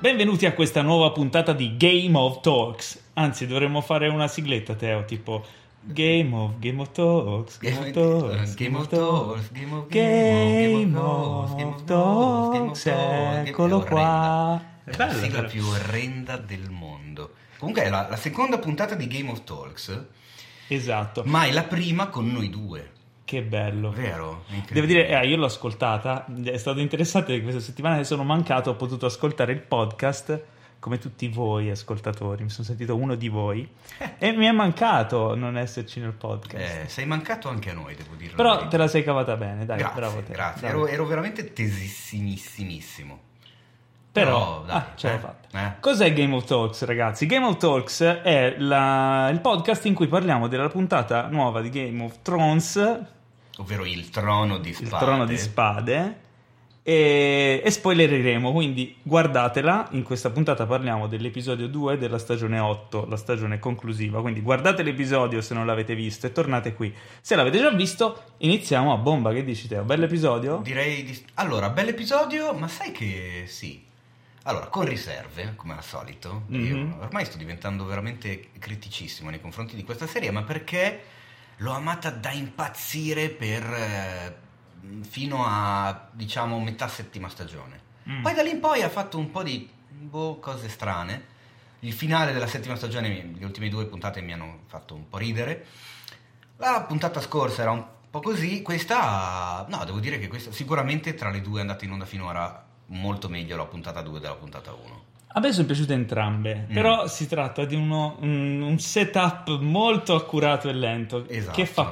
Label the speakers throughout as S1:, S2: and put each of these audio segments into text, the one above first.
S1: benvenuti a questa nuova puntata di Game of Talks. Anzi, dovremmo fare una sigletta, Teo, tipo Game of Game of Talks, Game of Talks,
S2: Game of Talks, Game of
S1: Game
S2: Talks, Game
S1: of
S2: of
S1: Talks,
S2: Game of
S1: eccolo
S2: Talks, che orrenda.
S1: qua. È
S2: È la
S1: bello,
S2: sigla
S1: però.
S2: più orrenda del mondo. Comunque è la, la seconda puntata di Game of Talks,
S1: Esatto,
S2: ma è la prima con noi due,
S1: che bello.
S2: vero? È
S1: Devo
S2: incredibile.
S1: dire, eh, io l'ho ascoltata, è stato interessante che questa settimana che sono mancato ho potuto ascoltare il podcast come tutti voi ascoltatori, mi sono sentito uno di voi e mi è mancato non esserci nel podcast.
S2: Eh, sei mancato anche a noi, devo dirlo.
S1: Però te la sei cavata bene, dai,
S2: grazie,
S1: bravo te.
S2: grazie.
S1: dai.
S2: Ero, ero veramente tesissimissimissimo.
S1: Però,
S2: però, dai,
S1: ah, ce l'ho
S2: eh,
S1: fatta.
S2: eh.
S1: Cos'è Game of Talks, ragazzi? Game of Talks è la- il podcast in cui parliamo della puntata nuova di Game of Thrones,
S2: Ovvero il trono di
S1: il
S2: spade.
S1: trono di spade e, e spoilereremo quindi guardatela in questa puntata parliamo dell'episodio 2 della stagione 8 la stagione conclusiva quindi guardate l'episodio se non l'avete visto e tornate qui se l'avete già visto iniziamo a bomba che dici te? bell'episodio?
S2: Direi di... Allora, bell'episodio, ma sai che sì. Allora, con riserve, come al solito,
S1: Mhm.
S2: io ormai sto diventando veramente criticissimo nei confronti di questa serie, ma perché l'ho amata da impazzire per... eh, fino a, diciamo, metà settima stagione.
S1: Mm.
S2: Poi da lì in poi ha fatto un po' di boh, cose strane. Il finale della settima stagione, mi- le ultime due puntate mi hanno fatto un po' ridere. La puntata scorsa era un po' così, questa no, devo dire che questa sicuramente tra le due andate in onda finora molto meglio la puntata 2 della puntata 1.
S1: A me sono piaciute entrambe,
S2: Mm.
S1: però si tratta di uno- un, un setup molto accurato e lento
S2: Esatto.
S1: che fa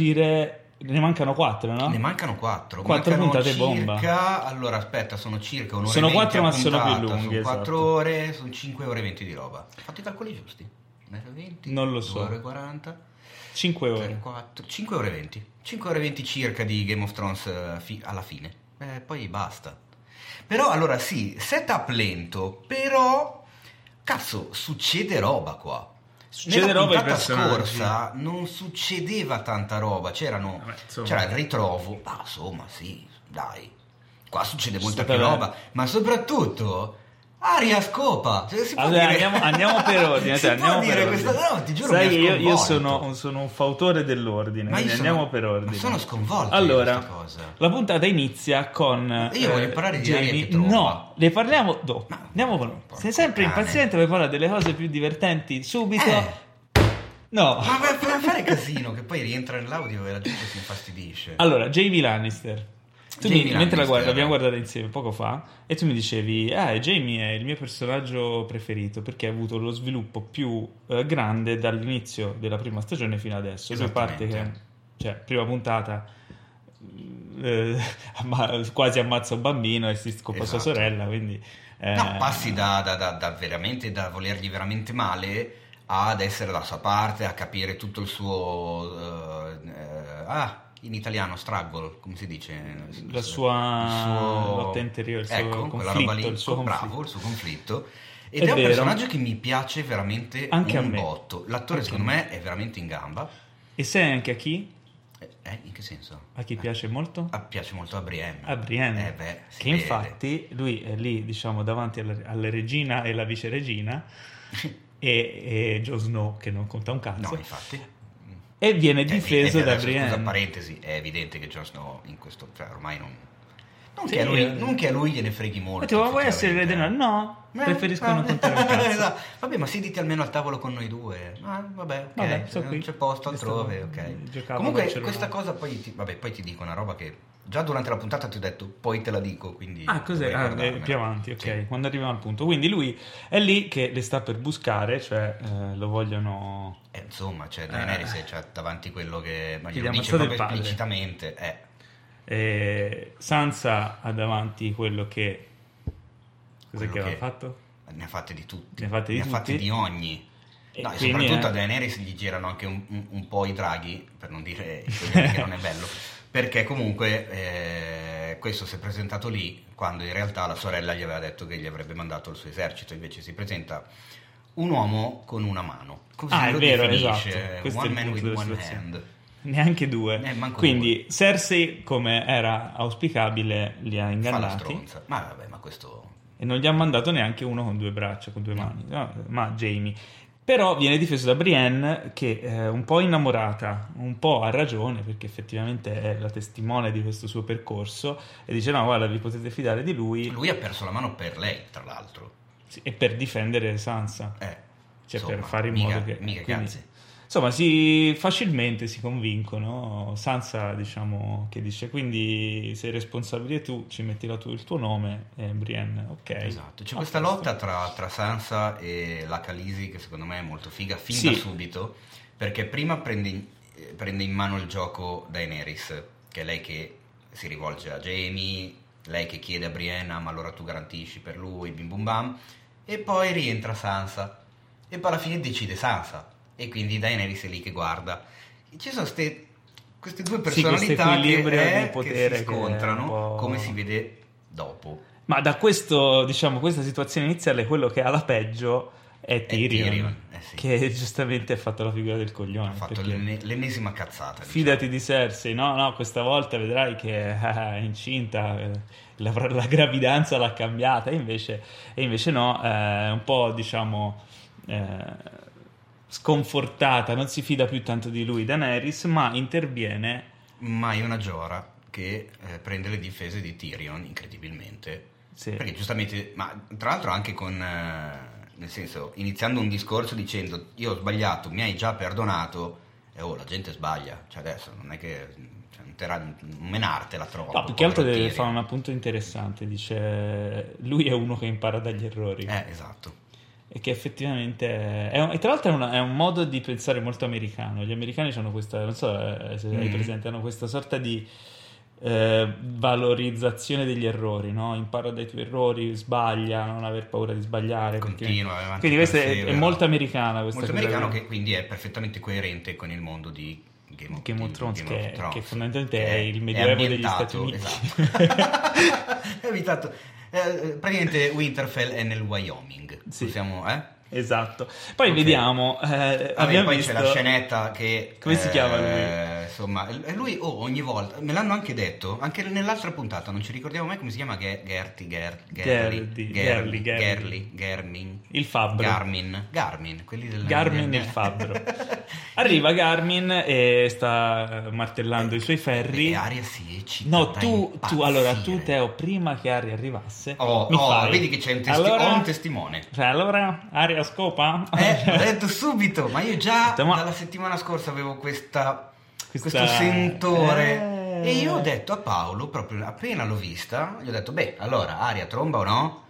S1: presagire. Ne mancano quattro, no?
S2: Ne mancano 4,
S1: Ah. Quattro puntate bomba.
S2: Allora, aspetta, sono circa un'ora
S1: Sono
S2: e venti
S1: quattro,
S2: a
S1: ma sono più
S2: puntata,
S1: lunghe,
S2: Sono 4
S1: esatto.
S2: ore, sono 5 ore e 20 di roba. Ho fatto i calcoli giusti? Un'ora e 20?
S1: Non lo
S2: due
S1: so.
S2: ore e 40?
S1: Cinque ore.
S2: 5 ore e 20. 5 ore e 20 circa di Game of Thrones eh, fi- alla fine. Eh, poi basta. Però allora sì, setup lento, però cazzo, succede roba qua.
S1: Succede
S2: Nella
S1: roba ai
S2: puntata
S1: personaggi.
S2: scorsa non succedeva tanta roba, c'erano
S1: Vabbè, Eh, insomma.
S2: c'era il ritrovo, ma insomma, sì, dai. Qua succede
S1: Sì,
S2: molta più
S1: vabbè.
S2: roba, ma soprattutto Aria scopa! Cioè, si può
S1: Allora,
S2: dire-
S1: andiamo, andiamo per ordine.
S2: Si
S1: cioè,
S2: può
S1: andiamo
S2: dire
S1: per
S2: questa-
S1: ordine.
S2: no, ti giuro,
S1: Sai
S2: mi ha
S1: che io, io
S2: sconvolto.
S1: sono, sono un fautore dell'ordine.
S2: Ma io
S1: quindi
S2: sono-
S1: andiamo per ordine.
S2: ma sono sconvolto di
S1: Allora,
S2: questa cosa.
S1: la puntata inizia con. eh,
S2: Io voglio parlare di Aria
S1: Jamie.
S2: Pietrova.
S1: No, ne parliamo dopo.
S2: Ma-
S1: Andiamo con.
S2: Porco
S1: Sei sempre
S2: cane.
S1: impaziente per parlare delle cose più divertenti subito.
S2: Eh.
S1: No.
S2: Ma per, per fare casino, che poi rientra nell'audio e la gente si infastidisce.
S1: Allora, Jamie Lannister. Tu
S2: Jamie
S1: mi- mentre la
S2: Lannister.
S1: guarda, l'abbiamo guardata insieme poco fa e tu mi dicevi: Ah, Jamie è il mio personaggio preferito perché ha avuto lo sviluppo più eh, grande dall'inizio della prima stagione fino adesso. Lui parte che,
S2: Esattamente.
S1: cioè, prima puntata eh, amma- quasi ammazza un bambino e si scopa sua
S2: Esatto.
S1: sorella. Quindi, eh,
S2: No, passi da, da- da- da veramente, da volergli veramente male ad essere dalla sua parte, a capire tutto il suo... eh, eh, ah, in italiano struggle, come si dice?
S1: La sua
S2: Il suo-
S1: lotta interiore, il suo
S2: ecco, quella roba
S1: conflitto,
S2: lì,
S1: il suo
S2: bravo,
S1: conflitto.
S2: il suo conflitto. Ed
S1: È
S2: è, un
S1: vero.
S2: personaggio che mi piace veramente
S1: Anche a
S2: un
S1: me.
S2: botto. L'attore
S1: Anche a
S2: secondo me è veramente in gamba.
S1: E sai anche a chi?
S2: Eh, eh, in che senso?
S1: A chi
S2: Eh.
S1: piace molto?
S2: Ah, piace molto a Brienne.
S1: a Brienne,
S2: Eh beh, si
S1: che
S2: vede.
S1: infatti lui è lì, diciamo, davanti alla, alla regina e alla viceregina e, e Jon Snow, che non conta un
S2: No,
S1: cazzo,
S2: infatti. Eh,
S1: e viene
S2: È
S1: difeso
S2: evidente,
S1: da
S2: adesso,
S1: Brienne.
S2: Scusa, parentesi, è evidente che Jon Snow in questo... Cioè, ormai non... Non,
S1: Sì,
S2: che a lui,
S1: eh.
S2: non che a lui gliene freghi molto.
S1: Ma tipo, ma vuoi essere il re
S2: effettivamente.
S1: del nord? No,
S2: Eh,
S1: preferisco
S2: eh,
S1: non contare un cazzo.
S2: esatto. Vabbè, ma sediti almeno al tavolo con noi due. Ah, vabbè, ok,
S1: Vabbè,
S2: se
S1: sto
S2: non
S1: qui.
S2: c'è posto
S1: Questo
S2: altrove,
S1: non-
S2: ok.
S1: giocavo a
S2: Comunque
S1: Barcellona.
S2: questa cosa poi ti, vabbè, poi ti dico una roba che già durante la puntata ti ho detto, poi te la dico, quindi...
S1: Ah, cos'è?
S2: dovrei
S1: Ah, eh,
S2: guardarmela.
S1: più avanti, ok.
S2: Sì.
S1: Quando arriviamo al punto. Quindi lui è lì che le sta per buscare, cioè eh, lo vogliono...
S2: Eh, insomma, cioè, Daenerys c'è davanti quello che... Ma
S1: Che
S2: glielo
S1: Eh. gli ha
S2: dice
S1: ammazzato il
S2: proprio
S1: padre.
S2: esplicitamente, eh.
S1: eh, Sansa ha davanti quello che... Cos'è
S2: Quello
S1: che aveva
S2: che-
S1: fatto?
S2: Ne ha fatte di tutti,
S1: Ne ha fatte di tutti.
S2: ogni.
S1: E
S2: No, e
S1: quindi,
S2: soprattutto
S1: eh,
S2: a Daenerys gli girano anche un, un- un po' i draghi, per non dire i coglioni, che non è bello, perché comunque eh, questo si è presentato lì quando in realtà la sorella gli aveva detto che gli avrebbe mandato il suo esercito, invece si presenta un uomo con una mano. Così
S1: Ah, è
S2: lo
S1: vero,
S2: definisce,
S1: esatto. Questo è
S2: one
S1: il
S2: man
S1: punto
S2: with
S1: della
S2: one
S1: situazione.
S2: hand.
S1: Neanche due.
S2: Eh, manco
S1: Quindi Cersei, come era auspicabile, li ha
S2: Fa la
S1: ingannati.
S2: stronza. Ma vabbè, ma questo
S1: e non gli ha mandato neanche uno con due braccia, con due mani, no, ma Jamie. Però viene difeso da Brienne che è un po' innamorata, un po' a ragione perché effettivamente è la testimone di questo suo percorso e dice no guarda vi potete fidare di lui
S2: Lui ha perso la mano per lei, tra l'altro.
S1: Sì, e per difendere Sansa,
S2: Eh,
S1: cioè
S2: insomma,
S1: per fare in
S2: mica-
S1: modo che...
S2: Mica
S1: quindi-
S2: cazzi.
S1: Insomma, si, facilmente si convincono. Sansa, diciamo, che dice: Quindi sei responsabile tu, ci metti la tu- il tuo nome, e Brienne. Ok.
S2: Esatto, c'è
S1: A
S2: questa
S1: posto.
S2: lotta tra, tra Sansa e la Calisi che secondo me è molto figa fin da
S1: Sì.
S2: subito, perché prima prende in, eh, prende in mano il gioco Daenerys, che è lei che si rivolge a Jamie, lei che chiede a Brienna ma allora tu garantisci per lui, bim bum bam, e poi rientra Sansa, e poi alla fine decide Sansa, e quindi Daenerys è lì che guarda. Ci sono ste- queste due
S1: Sì, questo
S2: personalità che,
S1: equilibrio
S2: eh,
S1: di
S2: che
S1: potere che è
S2: si
S1: un
S2: scontrano,
S1: po'-
S2: come si vede dopo.
S1: Ma da questo, diciamo, questa situazione iniziale, quello che ha la peggio è
S2: È
S1: Tyrion,
S2: Tyrion, eh sì.
S1: che giustamente ha fatto la figura del coglione.
S2: Ha fatto
S1: perché
S2: l'ene- l'ennesima cazzata. diciamo.
S1: Fidati di Cersei, no, no, questa volta vedrai che ah, è incinta, eh, la, la gravidanza l'ha cambiata, e invece, e invece no, eh, è un po' diciamo eh, sconfortata, non si fida più tanto di lui, Daenerys, ma interviene,
S2: Ma è una Giora che eh, prende le difese di Tyrion incredibilmente.
S1: sì,
S2: Perché giustamente, ma tra l'altro anche con, eh, nel senso, iniziando un discorso dicendo io ho sbagliato, mi hai già perdonato, e oh, la gente sbaglia, cioè adesso non è che, cioè, non, te la- non menartela troppo.
S1: no, più che altro
S2: povero
S1: deve
S2: Tyrion.
S1: fare un appunto interessante, dice lui è uno che impara dagli errori.
S2: Eh, esatto.
S1: E che effettivamente è un- e tra l'altro è, una- è un modo di pensare molto americano. Gli americani hanno questa, non so eh, se hai
S2: Mm.
S1: presente, hanno questa sorta di eh, valorizzazione degli errori, no? Impara dai tuoi errori, sbaglia, non aver paura di sbagliare. perché-
S2: Continua, vai avanti,
S1: Quindi questa è, è
S2: persevera.
S1: molto americana Ah, questa
S2: Molto
S1: cosa
S2: americano
S1: qui.
S2: che quindi è perfettamente coerente con il mondo di Game of,
S1: Game of
S2: di-
S1: Thrones,
S2: Game of
S1: che-
S2: Thrones,
S1: che fondamentalmente
S2: che
S1: è il Medioevo degli
S2: ambientato,
S1: Stati Uniti.
S2: Esatto. è ambientato. eh, praticamente Winterfell è nel Wyoming.
S1: Sì.
S2: Possiamo, eh?
S1: Esatto. Poi
S2: Ok.
S1: vediamo. eh,
S2: Vabbè,
S1: abbiamo
S2: poi
S1: visto...
S2: c'è la scenetta che...
S1: Come si chiama
S2: lui? Insomma, e lui oh, ogni volta, me l'hanno anche detto, anche nell'altra puntata, non ci ricordiamo mai come si chiama, Ge- Gerti, Ger-
S1: Gerdi, Gerli,
S2: Gerli, Gerli,
S1: Gerli.
S2: Gerli, Germin,
S1: Il fabbro.
S2: Garmin, Garmin, quelli del...
S1: Garmin
S2: del-
S1: il fabbro. Arriva Garmin e sta eh, martellando i suoi ferri.
S2: E Aria si eccita.
S1: No,
S2: da
S1: tu, tu- allora tu
S2: impazzire.
S1: Teo, prima che Ari arrivasse,
S2: Oh,
S1: mi
S2: oh,
S1: fai-
S2: vedi che c'è un, testi-
S1: allora,
S2: ho un testimone.
S1: Cioè, allora, Aria scopa?
S2: Eh, l'ho detto subito, ma io già
S1: Detto, ma-
S2: dalla settimana scorsa avevo questa,
S1: Questa-
S2: questo sentore.
S1: Eh.
S2: E io ho detto a Paolo, proprio appena l'ho vista, gli ho detto, beh, allora, aria tromba o no?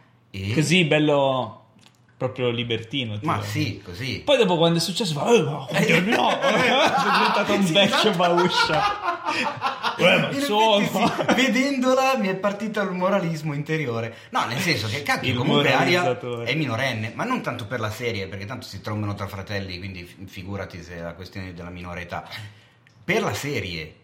S2: E...
S1: Così bello, proprio libertino.
S2: Ma
S1: Teo.
S2: sì, così.
S1: Poi dopo quando è successo, fa, "Eh, ma oddio, no, sono diventato un
S2: Sì,
S1: vecchio
S2: esatto.
S1: bauscia. Eh, ma
S2: In
S1: insomma.
S2: effetti sì, vedendola mi è partito il moralismo interiore. No, nel senso che cacchio,
S1: Il
S2: comunque Aria
S1: moralizzatore.
S2: è minorenne, ma non tanto per la serie, perché tanto si trombano tra fratelli, quindi fi- figurati se è la questione della minore età. Per la serie,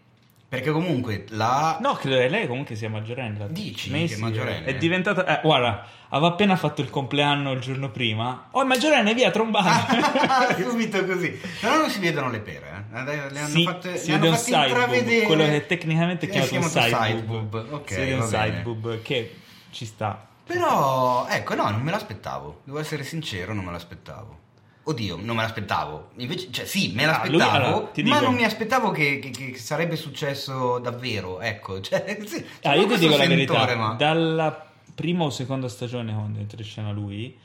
S2: perché comunque la...
S1: No, credo che lei comunque sia maggiorenne.
S2: Dici
S1: Lei
S2: che è
S1: sì,
S2: maggiorenne?
S1: È diventata... eh, guarda, aveva appena fatto il compleanno il giorno prima. Oh, è maggiorenne, via, trombata.
S2: Subito così. Però non si vedono le pere, eh. Adesso Le hanno
S1: Sì,
S2: fatte,
S1: si
S2: le hanno
S1: vede un
S2: fatte
S1: side boob,
S2: intravedere.
S1: quello che tecnicamente è chiamato,
S2: Eh, si è
S1: un
S2: chiamato
S1: side
S2: side
S1: boob.
S2: boob, ok,
S1: si vede
S2: va
S1: un side
S2: bene.
S1: boob che ci sta.
S2: Però, ecco, no, non me l'aspettavo. Devo essere sincero, non me l'aspettavo. Oddio, non me l'aspettavo. Invece, cioè, sì, me
S1: Ah, lui-
S2: l'aspettavo,
S1: allora, ti
S2: ma
S1: dico-
S2: non mi aspettavo che, che- che sarebbe successo davvero. Ecco, cioè, sì, c'è
S1: Ah, io ti
S2: questo
S1: dico la
S2: sentore,
S1: verità,
S2: ma-
S1: dalla prima o seconda stagione quando entra in scena lui,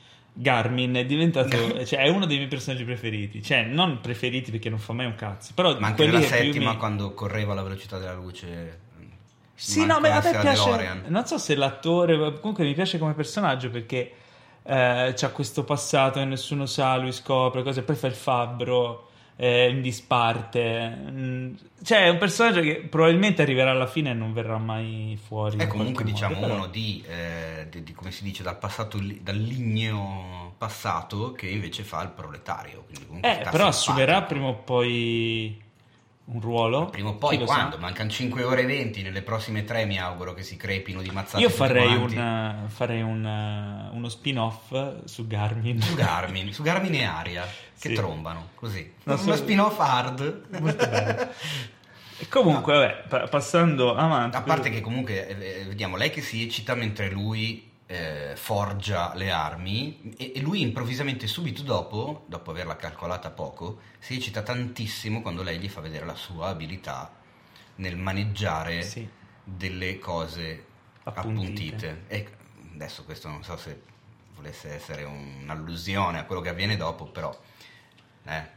S1: Garmin è diventato, cioè è uno dei miei personaggi preferiti, cioè non preferiti perché non fa mai un cazzo, però di
S2: Ma anche
S1: quelli
S2: nella
S1: che più mi-
S2: settima, quando correva alla velocità della luce.
S1: Sì,
S2: manco
S1: no, ma a
S2: la
S1: me
S2: sera
S1: piace.
S2: DeLorean.
S1: Non so se l'attore, comunque mi piace come personaggio perché eh, c'ha questo passato che nessuno sa, lui scopre cose, poi fa il fabbro eh, in disparte. Mm, Cioè, è un personaggio che probabilmente arriverà alla fine e non verrà mai fuori.
S2: È
S1: in
S2: comunque,
S1: qualche modo,
S2: diciamo,
S1: però-
S2: uno di, eh, di- di- come si dice, dal passato, li- dal ligneo passato che invece fa il proletario. quindi comunque
S1: Eh,
S2: sta
S1: però assumerà
S2: simpatico.
S1: prima o poi un ruolo.
S2: Prima o
S1: Chi
S2: poi,
S1: lo sa?
S2: quando? Mancano 5 ore e 20, nelle prossime 3 mi auguro che si crepino di mazzate
S1: Io
S2: tutti
S1: farei,
S2: quanti.
S1: un- farei un- uno spin-off su Garmin.
S2: Su Garmin, su Garmin e Aria, che
S1: Sì.
S2: trombano, così.
S1: Non so-
S2: Una spin-off hard.
S1: Molto bello. E comunque, vabbè, pa- passando avanti.
S2: A parte che comunque, eh, eh, vediamo, lei che si eccita mentre lui eh, forgia le armi e, e lui improvvisamente subito dopo, dopo averla calcolata poco, si eccita tantissimo quando lei gli fa vedere la sua abilità nel maneggiare
S1: Sì.
S2: delle cose
S1: Appuntite.
S2: appuntite. E adesso questo non so se volesse essere un'allusione a quello che avviene dopo, però... eh,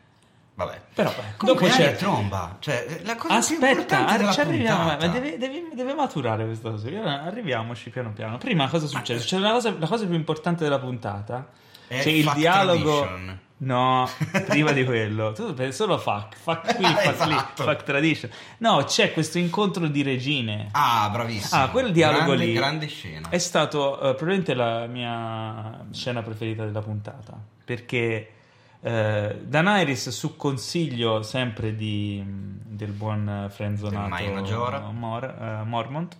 S2: vabbè.
S1: Però beh,
S2: Comunque
S1: dopo
S2: anche
S1: c'è
S2: tromba, cioè la cosa più
S1: Aspetta,
S2: importante
S1: ar-
S2: della
S1: ci arriviamo, eh, ma
S2: puntata.
S1: deve, deve- deve maturare questa cosa. Ora Arriviamoci piano piano. Prima, cosa succede? C'è una cosa, la cosa più importante della puntata.
S2: eh. È
S1: c'è il
S2: fuck
S1: dialogo.
S2: tradition.
S1: No, prima di quello, tu pensi solo fuck, fuck qui, fuck lì,
S2: Esatto.
S1: fuck tradition. No, c'è questo incontro di regine.
S2: Ah, bravissimo.
S1: Ah, quel dialogo
S2: grande,
S1: lì
S2: Grande scena.
S1: È stato eh, probabilmente la mia scena preferita della puntata perché eh, Daenerys, su consiglio sempre di- mm, del buon
S2: Del
S1: frenzonato
S2: Mai Maggiora.
S1: Mor- eh, Mormont,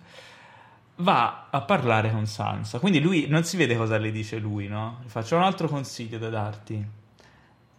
S1: va a parlare con Sansa. Quindi lui non si vede cosa le dice lui, no? Gli Faccio un altro consiglio da darti.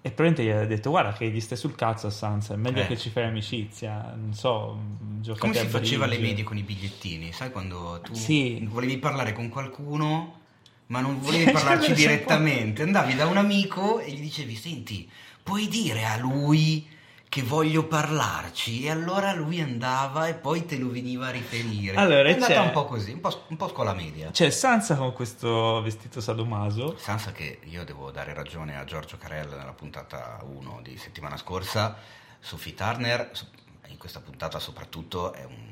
S1: E probabilmente gli ha detto: Guarda, che gli stai sul cazzo a Sansa, è meglio
S2: Eh.
S1: che ci fai amicizia. Non so, mm, giocate
S2: Come
S1: a
S2: si faceva alle
S1: briglie.
S2: medie con i bigliettini? Sai quando tu
S1: Sì.
S2: volevi parlare con qualcuno, ma non
S1: Sì,
S2: volevi
S1: cioè,
S2: parlarci
S1: non so
S2: direttamente? Andavi da un amico e gli dicevi: Senti, puoi dire a lui che voglio parlarci? E allora lui andava e poi te lo veniva a riferire.
S1: Allora,
S2: È andata
S1: c'è-
S2: un po' così, un po', un po' scuola media.
S1: C'è Cioè, Sansa con questo vestito sadomaso.
S2: Sansa che io devo dare ragione a Giorgio Carella nella puntata 1 di settimana scorsa, Sophie Turner so- in questa puntata soprattutto è un-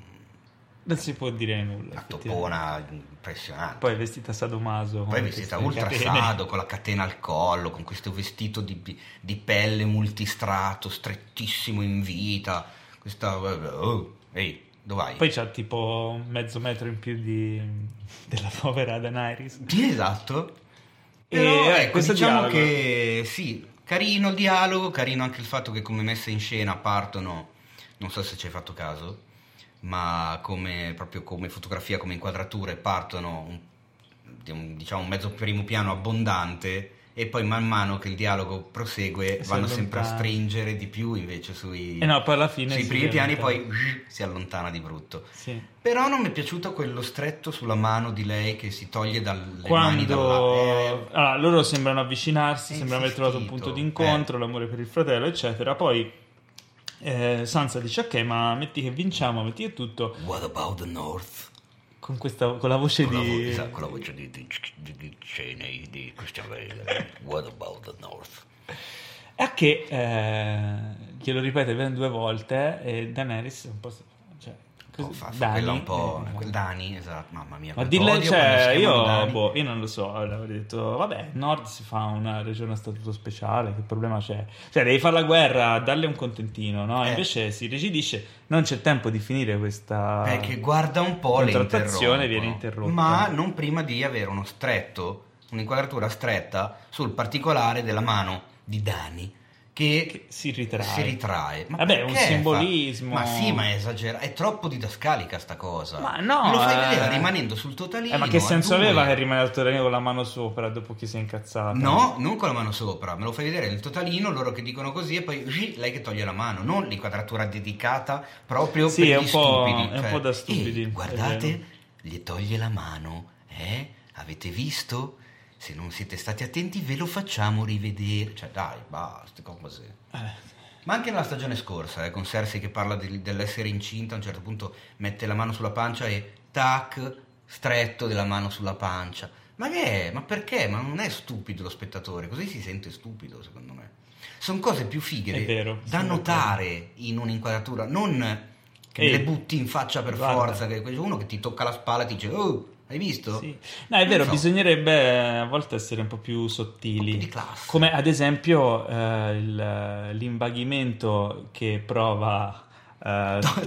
S1: Non si può dire nulla.
S2: una
S1: effettivamente.
S2: toppona impressionante.
S1: Poi vestita sadomaso.
S2: Poi vestita ultra sado, con la catena al collo, con questo vestito di, di pelle multistrato, strettissimo in vita. Questa... Oh, ehi, dov'hai?
S1: Poi c'ha tipo mezzo metro in più di... della povera Daenerys.
S2: Sì, esatto.
S1: E,
S2: Però,
S1: eh,
S2: ecco,
S1: questo
S2: diciamo
S1: dialogo.
S2: che sì, carino il dialogo, carino anche il fatto che come messa in scena partono, non so se ci hai fatto caso, ma come, proprio come fotografia, come inquadrature partono un- di un- diciamo un mezzo primo piano abbondante e poi man mano che il dialogo prosegue
S1: Si
S2: vanno sempre a
S1: allontana.
S2: stringere di più invece sui,
S1: E no, poi alla fine...
S2: sui
S1: si
S2: primi piani
S1: diventa-
S2: poi si allontana di brutto.
S1: Sì.
S2: Però non mi è piaciuto quello stretto sulla mano di lei che si toglie dalle mani Eh,
S1: Quando...
S2: dalla... eh,
S1: allora, loro sembrano avvicinarsi,
S2: È
S1: sembrano aver trovato un
S2: insistito,
S1: punto d'incontro, l'amore per il fratello, eccetera. Poi eh, Sansa dice ok, ma metti che vinciamo, metti che tutto,
S2: What about the North?
S1: con, questa, con la voce
S2: Con la, vo-
S1: di...
S2: esatto, con la voce di, di, di, di Cheney, di Christian Bale. What about the North?
S1: A che eh, glielo ripete ben due volte e Daenerys è un po'... s- Cioè, cos-
S2: Oh, fa, fa
S1: Dani,
S2: quella un po'...
S1: eh,
S2: quel Dani, esatto, mamma mia.
S1: ma
S2: quanto
S1: dille,
S2: odio quando
S1: cioè,
S2: si chiamano
S1: io,
S2: Dani.
S1: boh, io non lo so, allora, avrei detto, vabbè, il Nord si fa una regione a statuto speciale, che problema c'è? Cioè, devi fare la guerra, darle un contentino, no?
S2: Eh.
S1: Invece si rigidisce, non c'è tempo di finire questa...
S2: Perché Eh, guarda un po' le
S1: Contrattazione
S2: interrompono,
S1: viene interrotta.
S2: Ma non prima di avere uno stretto, un'inquadratura stretta sul particolare della mano di Dani che,
S1: Che si ritrae.
S2: si ritrae. Ma
S1: Vabbè, è un
S2: perché fa-
S1: simbolismo.
S2: Ma sì, ma è esagerato, è troppo didascalica sta cosa.
S1: Ma no,
S2: Lo
S1: eh.
S2: fai vedere rimanendo sul totalino.
S1: Eh, ma che
S2: a
S1: senso
S2: due.
S1: aveva che rimanere al torneo con la mano sopra dopo che si è incazzata?
S2: No, non con la mano sopra, me lo fai vedere nel totalino, loro che dicono così e poi zzz, lei che toglie la mano, non l'inquadratura dedicata proprio
S1: Sì,
S2: per
S1: è
S2: gli
S1: un po'-
S2: stupidi.
S1: è un po' da stupidi,
S2: "Eh,
S1: è vero."
S2: guardate, gli toglie la mano, eh? Avete visto? Se non siete stati attenti ve lo facciamo rivedere. Cioè dai, basta, cose.
S1: Eh,
S2: Ma anche nella stagione scorsa, eh, con Cersei che parla del- dell'essere incinta, a un certo punto mette la mano sulla pancia e tac, stretto della mano sulla pancia. Ma che è? Ma perché? Ma non è stupido lo spettatore, così si sente stupido secondo me. Sono cose più fighe
S1: È vero,
S2: da
S1: sono
S2: notare in un'inquadratura, non che
S1: Ehi,
S2: le butti in faccia per
S1: guarda.
S2: forza, che c'è uno che ti tocca la spalla e ti dice, oh, hai visto?
S1: Sì. No, è vero,
S2: Non so.
S1: bisognerebbe eh, a volte essere un po' più
S2: Un po'
S1: sottili.
S2: più di classe.
S1: Come ad esempio eh, il- l'imbaghimento che prova eh,
S2: To-
S1: Tormund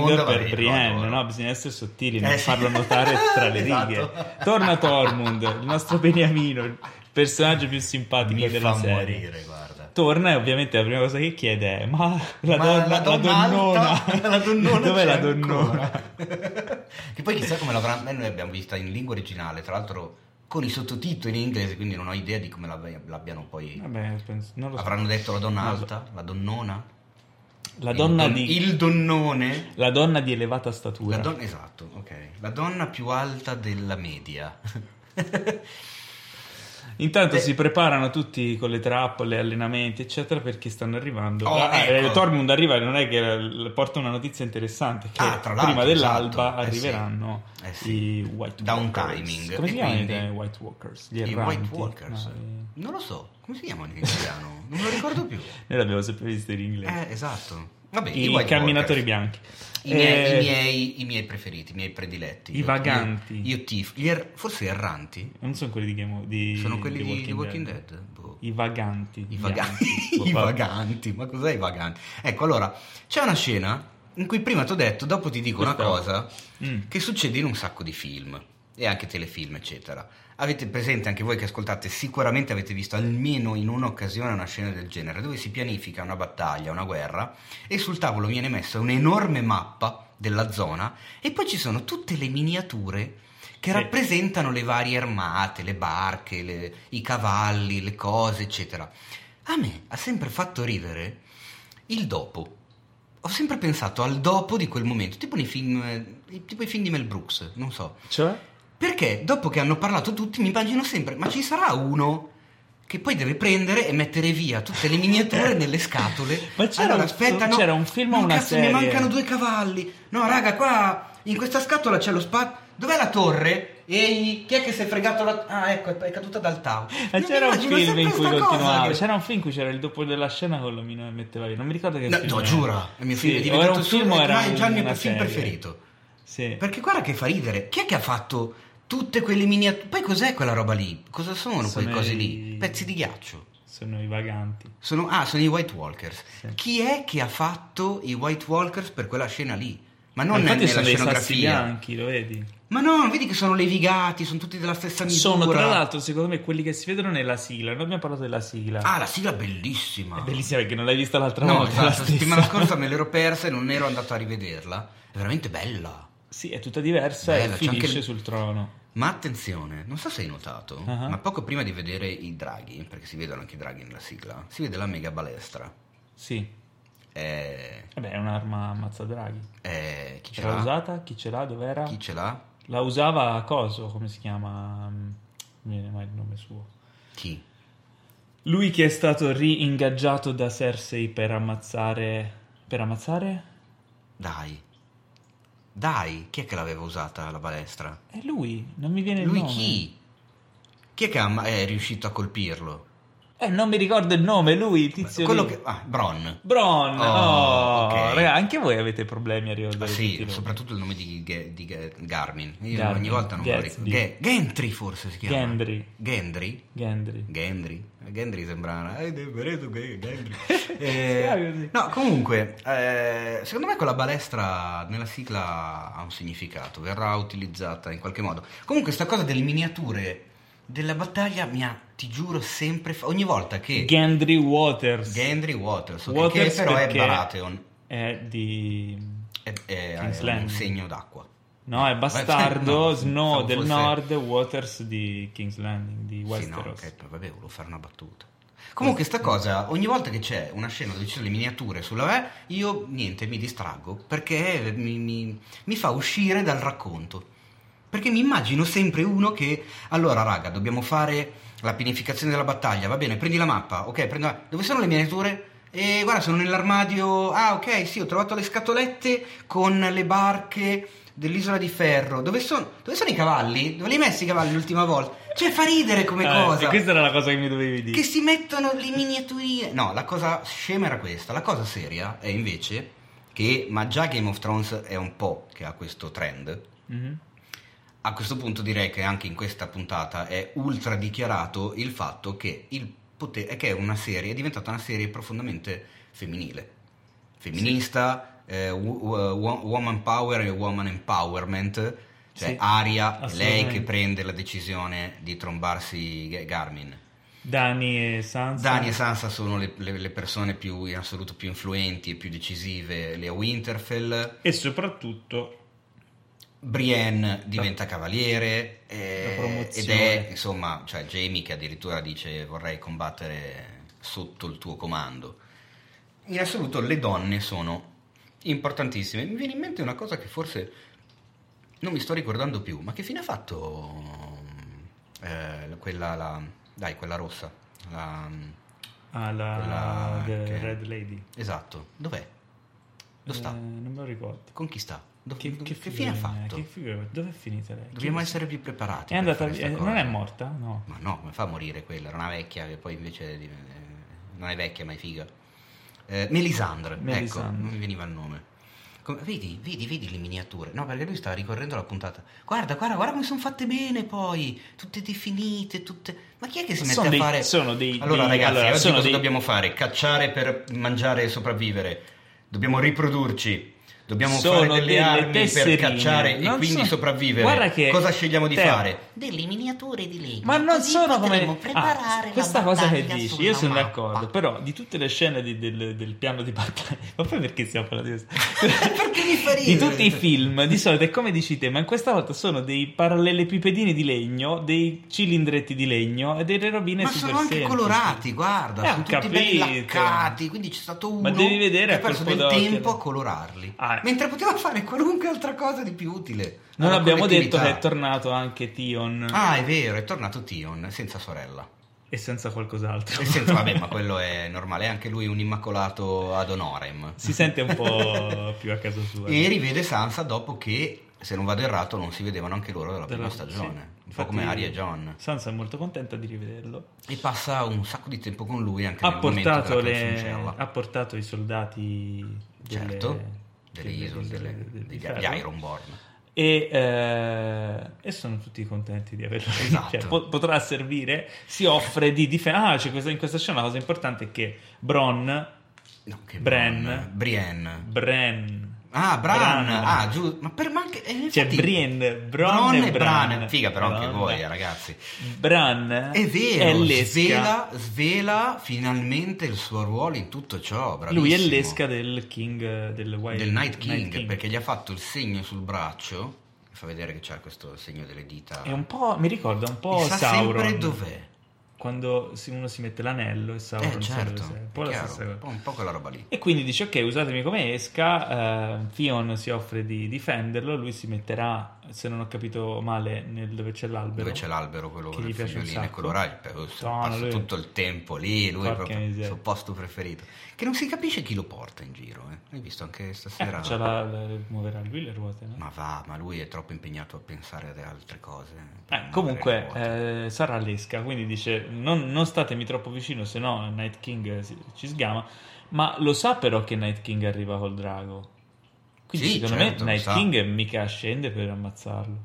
S2: Tormund, vabbè,
S1: per Brienne,
S2: Tormund.
S1: no? bisogna essere sottili, non
S2: Eh, sì.
S1: farlo notare tra le
S2: Esatto.
S1: righe. Torna Tormund, il nostro beniamino, il personaggio più simpatico
S2: Mi
S1: della
S2: fa
S1: serie.
S2: morire, guarda.
S1: Torna e ovviamente la prima cosa che chiede è ma la,
S2: Ma
S1: donna,
S2: la donna
S1: la donnona,
S2: alta? La donnona
S1: dov'è la
S2: c'è
S1: donnona?
S2: ancora. che poi chissà come l'avranno, noi l'abbiamo vista in lingua originale, tra l'altro con i sottotitoli in inglese, quindi non ho idea di come l'abb- l'abbiano poi...
S1: Vabbè, penso- non lo so.
S2: Avranno detto la donna
S1: Non lo so.
S2: alta, la donnona,
S1: La
S2: il
S1: donna
S2: don-
S1: di...
S2: Il donnone...
S1: La donna di elevata
S2: La
S1: statura.
S2: donna, esatto, ok. La donna più alta della media. Eh.
S1: Intanto si preparano tutti con le trappole, allenamenti, eccetera, perché stanno arrivando.
S2: Oh,
S1: Ah,
S2: ecco.
S1: eh, Tormund arriva, non è che l- porta una notizia interessante, che
S2: Ah, tra l'altro,
S1: prima dell'alba
S2: esatto. Eh,
S1: arriveranno
S2: sì. Eh, sì.
S1: i White
S2: Da un
S1: Walkers.
S2: timing.
S1: Come si
S2: E
S1: chiamano
S2: quindi-
S1: i White Walkers? Gli
S2: I
S1: erranti?
S2: White Walkers.
S1: No, eh,
S2: Non lo so, come si chiamano in italiano? non me lo ricordo più.
S1: Noi l'abbiamo sempre visto in inglese.
S2: Eh, esatto. Vabbè,
S1: I,
S2: White
S1: camminatori
S2: Walkers.
S1: bianchi.
S2: I miei,
S1: Eh,
S2: i miei- i miei preferiti, i miei prediletti.
S1: I
S2: Io-
S1: vaganti.
S2: Io, io tifo. Gli er- forse erranti?
S1: Non sono quelli di Game of- di,
S2: Sono quelli di
S1: Walking
S2: di Walking Dead? Boh.
S1: I vaganti.
S2: I
S1: bianchi.
S2: vaganti. I
S1: Guarda.
S2: vaganti, ma cos'è i vaganti? Ecco, allora, c'è una scena in cui prima ti ho detto, dopo ti dico una
S1: Questa-
S2: cosa
S1: Mm.
S2: che succede in un sacco di film e anche telefilm, eccetera. Avete presente anche voi che ascoltate, sicuramente avete visto almeno in un'occasione una scena del genere dove si pianifica una battaglia, una guerra e sul tavolo viene messa un'enorme mappa della zona e poi ci sono tutte le miniature che
S1: Sì.
S2: rappresentano le varie armate, le barche, le- i cavalli, le cose, eccetera. A me ha sempre fatto ridere il dopo. Ho sempre pensato al dopo di quel momento, tipo nei film, eh, tipo i film di Mel Brooks, non so.
S1: Cioè?
S2: Perché dopo che hanno parlato tutti mi immagino sempre, ma ci sarà uno che poi deve prendere e mettere via tutte le miniature nelle scatole.
S1: Ma c'era
S2: allora,
S1: un-
S2: aspetta, no,
S1: c'era un film o
S2: no,
S1: una
S2: cazzo,
S1: serie?
S2: mi mancano due cavalli. No, raga, qua in questa scatola c'è lo spazio. Dov'è la torre? Ehi, chi è che si è fregato la... Ah, ecco, è- è caduta dal tavolo.
S1: Ma
S2: Io
S1: Eh, c'era
S2: mi
S1: un
S2: immagino
S1: film in
S2: sempre
S1: cui
S2: sta cosa
S1: continuava.
S2: che-
S1: C'era un film in cui c'era il dopo della scena con l'omino che metteva io. Non mi ricordo che
S2: No,
S1: film.
S2: no,
S1: era.
S2: giura, il mio film
S1: Sì,
S2: è
S1: o
S2: diventato
S1: era un film o era
S2: ormai già il mio
S1: una
S2: film
S1: serie.
S2: preferito.
S1: Sì.
S2: Perché guarda che fa ridere. Chi è che ha fatto tutte quelle miniature? Poi cos'è quella roba lì? Cosa sono,
S1: Sono
S2: quelle cose
S1: i-
S2: lì? Pezzi di ghiaccio.
S1: Sono i vaganti.
S2: Sono, ah, sono i White Walkers.
S1: Sì.
S2: Chi è che ha fatto i White Walkers per quella scena lì? Ma
S1: Ma
S2: non è
S1: infatti
S2: nella
S1: sono dei sassi
S2: scenografia.
S1: bianchi, lo vedi?
S2: Ma no, vedi che sono levigati, sono tutti della stessa misura.
S1: Sono tra l'altro, secondo me, quelli che si vedono nella sigla. Noi abbiamo parlato della sigla.
S2: Ah, la sigla è bellissima.
S1: È bellissima perché non l'hai vista l'altra
S2: No,
S1: volta.
S2: esatto,
S1: la
S2: la
S1: stessa.
S2: settimana scorsa me l'ero persa e non ero andato a rivederla. È veramente bella.
S1: Sì, è tutta diversa
S2: Bella,
S1: e
S2: c'è anche
S1: finisce
S2: il-
S1: sul trono.
S2: Ma attenzione, non so se hai notato,
S1: Ah.
S2: ma poco prima di vedere i draghi, perché si vedono anche i draghi nella sigla, si vede la mega balestra.
S1: Sì.
S2: Eh,
S1: Vabbè, è un'arma ammazza draghi.
S2: eh, chi ce
S1: L'ha
S2: l'ha?
S1: usata? Chi ce l'ha? Dov'era?
S2: Chi ce l'ha?
S1: La usava Coso, come si chiama? Mm, Non mi viene mai il nome suo.
S2: Chi?
S1: Lui che è stato ri-ingaggiato da Cersei per ammazzare... Per ammazzare?
S2: Dai. Dai, chi è che l'aveva usata la balestra?
S1: È lui, non mi viene il
S2: Lui
S1: nome.
S2: chi? Chi è che ha- è riuscito a colpirlo?
S1: Eh, non mi ricordo il nome, lui, il tizio
S2: Quello
S1: lì.
S2: che... Ah, Bron.
S1: Bron!
S2: Oh,
S1: oh,
S2: ok. Ah,
S1: raga, anche voi avete problemi a ricordare tutti i
S2: Sì,
S1: nomi.
S2: soprattutto il nome di, Ge- di Ge- Garmin. Io
S1: Garmin,
S2: ogni volta non me lo
S1: Gatsby.
S2: ricordo. Ge- Gentry forse si chiama.
S1: Gendry,
S2: Gendry?
S1: Gendry.
S2: Gendry, Gendry sembra una... Eh, devo vedere che- Gendry.
S1: chiama
S2: Eh,
S1: così.
S2: no, comunque, eh, secondo me quella balestra nella sigla ha un significato, verrà utilizzata in qualche modo. Comunque sta cosa delle miniature della battaglia mi ha, ti giuro, sempre... fa- Ogni volta che...
S1: Gendry Waters.
S2: Gendry Waters, ok,
S1: Waters
S2: che però
S1: perché-
S2: è Baratheon,
S1: È di...
S2: è, è- è
S1: King's
S2: un
S1: Landing.
S2: segno d'acqua.
S1: No, è
S2: Eh, No,
S1: bastardo, Snow
S2: pensavo
S1: del
S2: fosse-
S1: Nord, Waters di King's Landing, di
S2: Sì, no,
S1: Westeros.
S2: ok, poi vabbè, volevo fare una battuta. Comunque, sta cosa, ogni volta che c'è una scena dove ci sono le miniature sulla me, io niente, mi distraggo perché mi, mi- mi fa uscire dal racconto. Perché mi immagino sempre uno che, allora, raga, dobbiamo fare la pianificazione della battaglia, va bene, prendi la mappa, ok, prendo la- Dove sono le miniature? E guarda, sono nell'armadio. Ah, ok, sì, ho trovato le scatolette con le barche dell'isola di ferro. Dove sono, dove sono i cavalli? Dove li hai messi i cavalli l'ultima volta? Cioè, fa ridere come
S1: Eh,
S2: cosa.
S1: e questa era la cosa che mi dovevi dire.
S2: Che si mettono le miniature. No, la cosa scema era questa. La cosa seria è invece che, ma già Game of Thrones è un po' che ha questo trend.
S1: Mhm.
S2: A questo punto direi che anche in questa puntata è ultra dichiarato il fatto che, il pote- è che è una serie, è diventata una serie profondamente femminile. Femminista, eh, wo- wo- wo- woman power e woman empowerment. Cioè
S1: Sì,
S2: Aria, è lei
S1: assolutamente.
S2: che prende la decisione di trombarsi Ga- Garmin.
S1: Dani e Sansa.
S2: Dani e Sansa sono le, le- le persone più in assoluto più influenti e più decisive. Lea Winterfell,
S1: E soprattutto
S2: Brienne diventa cavaliere eh,
S1: La
S2: ed
S1: promozione.
S2: è insomma, cioè Jamie che addirittura dice vorrei combattere sotto il tuo comando. In assoluto le donne sono importantissime. Mi viene in mente una cosa che forse non mi sto ricordando più, ma che fine ha fatto eh, quella, la- dai, quella rossa. La,
S1: alla
S2: Quella
S1: The
S2: che-
S1: Red Lady.
S2: esatto, dov'è? Dove
S1: Eh,
S2: sta?
S1: non me lo ricordo.
S2: Con chi sta? Dove-
S1: Eh, Che,
S2: dove-
S1: che
S2: che fine
S1: figura
S2: ha
S1: è?
S2: fatto?
S1: Che figura è? Dove è finita lei?
S2: Dobbiamo
S1: Chi-
S2: essere più preparati.
S1: È
S2: per
S1: andata
S2: fare
S1: via.
S2: questa
S1: eh,
S2: cosa.
S1: Non è morta? No.
S2: Ma no, come fa a morire quella? Era una vecchia che poi invece di- eh, non è vecchia ma è figa. Eh, Melisandre,
S1: Melisandre.
S2: ecco, non mi veniva il nome. Come- vedi, vedi, vedi le miniature. No, perché lui sta ricorrendo la puntata. Guarda, guarda, guarda come sono fatte bene poi, tutte definite, tutte... Ma chi è che si mette
S1: Sono
S2: a
S1: dei-
S2: fare...
S1: sono dei-
S2: Allora
S1: dei-
S2: ragazzi,
S1: allora,
S2: oggi
S1: sono
S2: cosa
S1: dei-
S2: dobbiamo fare? Cacciare per mangiare e sopravvivere. Dobbiamo riprodurci. Dobbiamo
S1: Sono
S2: fare delle,
S1: delle
S2: armi
S1: tesserine.
S2: per cacciare
S1: Non
S2: e quindi
S1: sono-
S2: sopravvivere.
S1: Guarda che-
S2: Cosa scegliamo di
S1: Teo,
S2: fare?
S3: delle miniature di Lego.
S1: Ma non
S3: Così
S1: sono
S3: potremo
S1: come. Ah,
S3: preparare la
S1: questa cosa che
S3: battaglia
S1: dici,
S3: sulla
S1: io sono
S3: mappa.
S1: d'accordo. Però di tutte le scene di- del, del piano di battaglia. Ma poi perché stiamo parlando di questo?
S2: Perché mi fa
S1: Di
S2: ridere?
S1: tutti i film, di solito è come dici te, ma in questa volta sono dei parallelepipedini di legno, dei cilindretti di legno e delle robine
S2: Ma
S1: super
S2: sono anche
S1: semplici.
S2: colorati, guarda,
S1: Eh,
S2: sono
S1: ho
S2: tutti belli
S1: capito.
S2: laccati, quindi c'è stato uno
S1: Ma devi vedere
S2: che
S1: a
S2: ha perso
S1: colpo
S2: del
S1: d'occhio.
S2: tempo a colorarli.
S1: Ah.
S2: Mentre poteva fare qualunque altra cosa di più utile.
S1: Non
S2: alla
S1: abbiamo detto
S2: collettività.
S1: che è tornato anche Tion
S2: Ah, è vero, è tornato Tion, senza sorella.
S1: e senza qualcos'altro.
S2: Nel senso, vabbè, ma quello è normale, è anche lui un immacolato ad honorem.
S1: Si sente un po' più a casa sua.
S2: E rivede Sansa dopo che, se non vado errato, non si vedevano anche loro dalla prima stagione.
S1: sì.
S2: Un po'
S1: Infatti,
S2: come Aria e John.
S1: Sansa è molto contenta di rivederlo.
S2: E passa un sacco di tempo con lui anche
S1: Ha
S2: nel momento della
S1: portato, le-
S2: canzoncella.
S1: ha portato i soldati delle-
S2: certo, delle isole,
S1: isole
S2: delle-
S1: del-
S2: degli,
S1: di ferro.
S2: gli Ironborn.
S1: E, eh, e sono tutti contenti di averlo
S2: Esatto.
S1: cioè, po- potrà servire si offre di difendere ah c'è questa- in questa scena la cosa importante è che Bron
S2: No, che
S1: Bran.
S2: buon- Brienne.
S1: Bren
S2: Ah, Bran.
S1: Bran.
S2: Ah, giusto. Ma per ma anche... eh,
S1: cioè
S2: infatti-
S1: Brienne Bron,
S2: Bron
S1: e Bran,
S2: Figa però anche
S1: Madonna.
S2: voi, ragazzi.
S1: Bran
S2: È vero,
S1: l'esca
S2: svela, svela finalmente il suo ruolo in tutto ciò, bravissimo.
S1: lui è l'esca del King eh, del, Wild-
S2: del Night King, perché gli ha fatto il segno sul braccio, fa vedere che c'è questo segno delle dita.
S1: è un po' mi ricorda un po'
S2: E sa sempre
S1: Sauron
S2: dov'è.
S1: quando si- uno si mette l'anello e Sauron
S2: eh,
S1: sa dove
S2: certo,
S1: sei. un
S2: è
S1: po' la
S2: chiaro,
S1: stessa cosa
S2: un po' un po' quella roba lì.
S1: E quindi dice: Ok, usatemi come esca. eh, Theon si offre di difenderlo. Lui si metterà, se non ho capito male, nel dove c'è l'albero.
S2: Dove c'è l'albero, quello
S1: Che
S2: con
S1: gli
S2: il
S1: piace un
S2: figliolino e
S1: sacco.
S2: colorato, passa
S1: No, no, lui-
S2: tutto il tempo lì, lui è
S1: Porca
S2: proprio il
S1: miseria.
S2: suo posto preferito. Che non si capisce chi lo porta in giro, eh. Hai visto anche
S1: Eh,
S2: stasera?
S1: c'ha la- la- muoverà lui le ruote. no?
S2: Ma va, ma lui è troppo impegnato a pensare ad altre cose. per
S1: Eh,
S2: muovere le
S1: comunque
S2: ruote.
S1: eh, sarà l'esca. Quindi dice: non, non statemi troppo vicino, se no Night King eh, si- ci sgama. Ma lo sa però che Night King arriva col drago. Quindi
S2: Sì,
S1: secondo
S2: certo, lo
S1: me Night
S2: sa.
S1: King mica scende per ammazzarlo.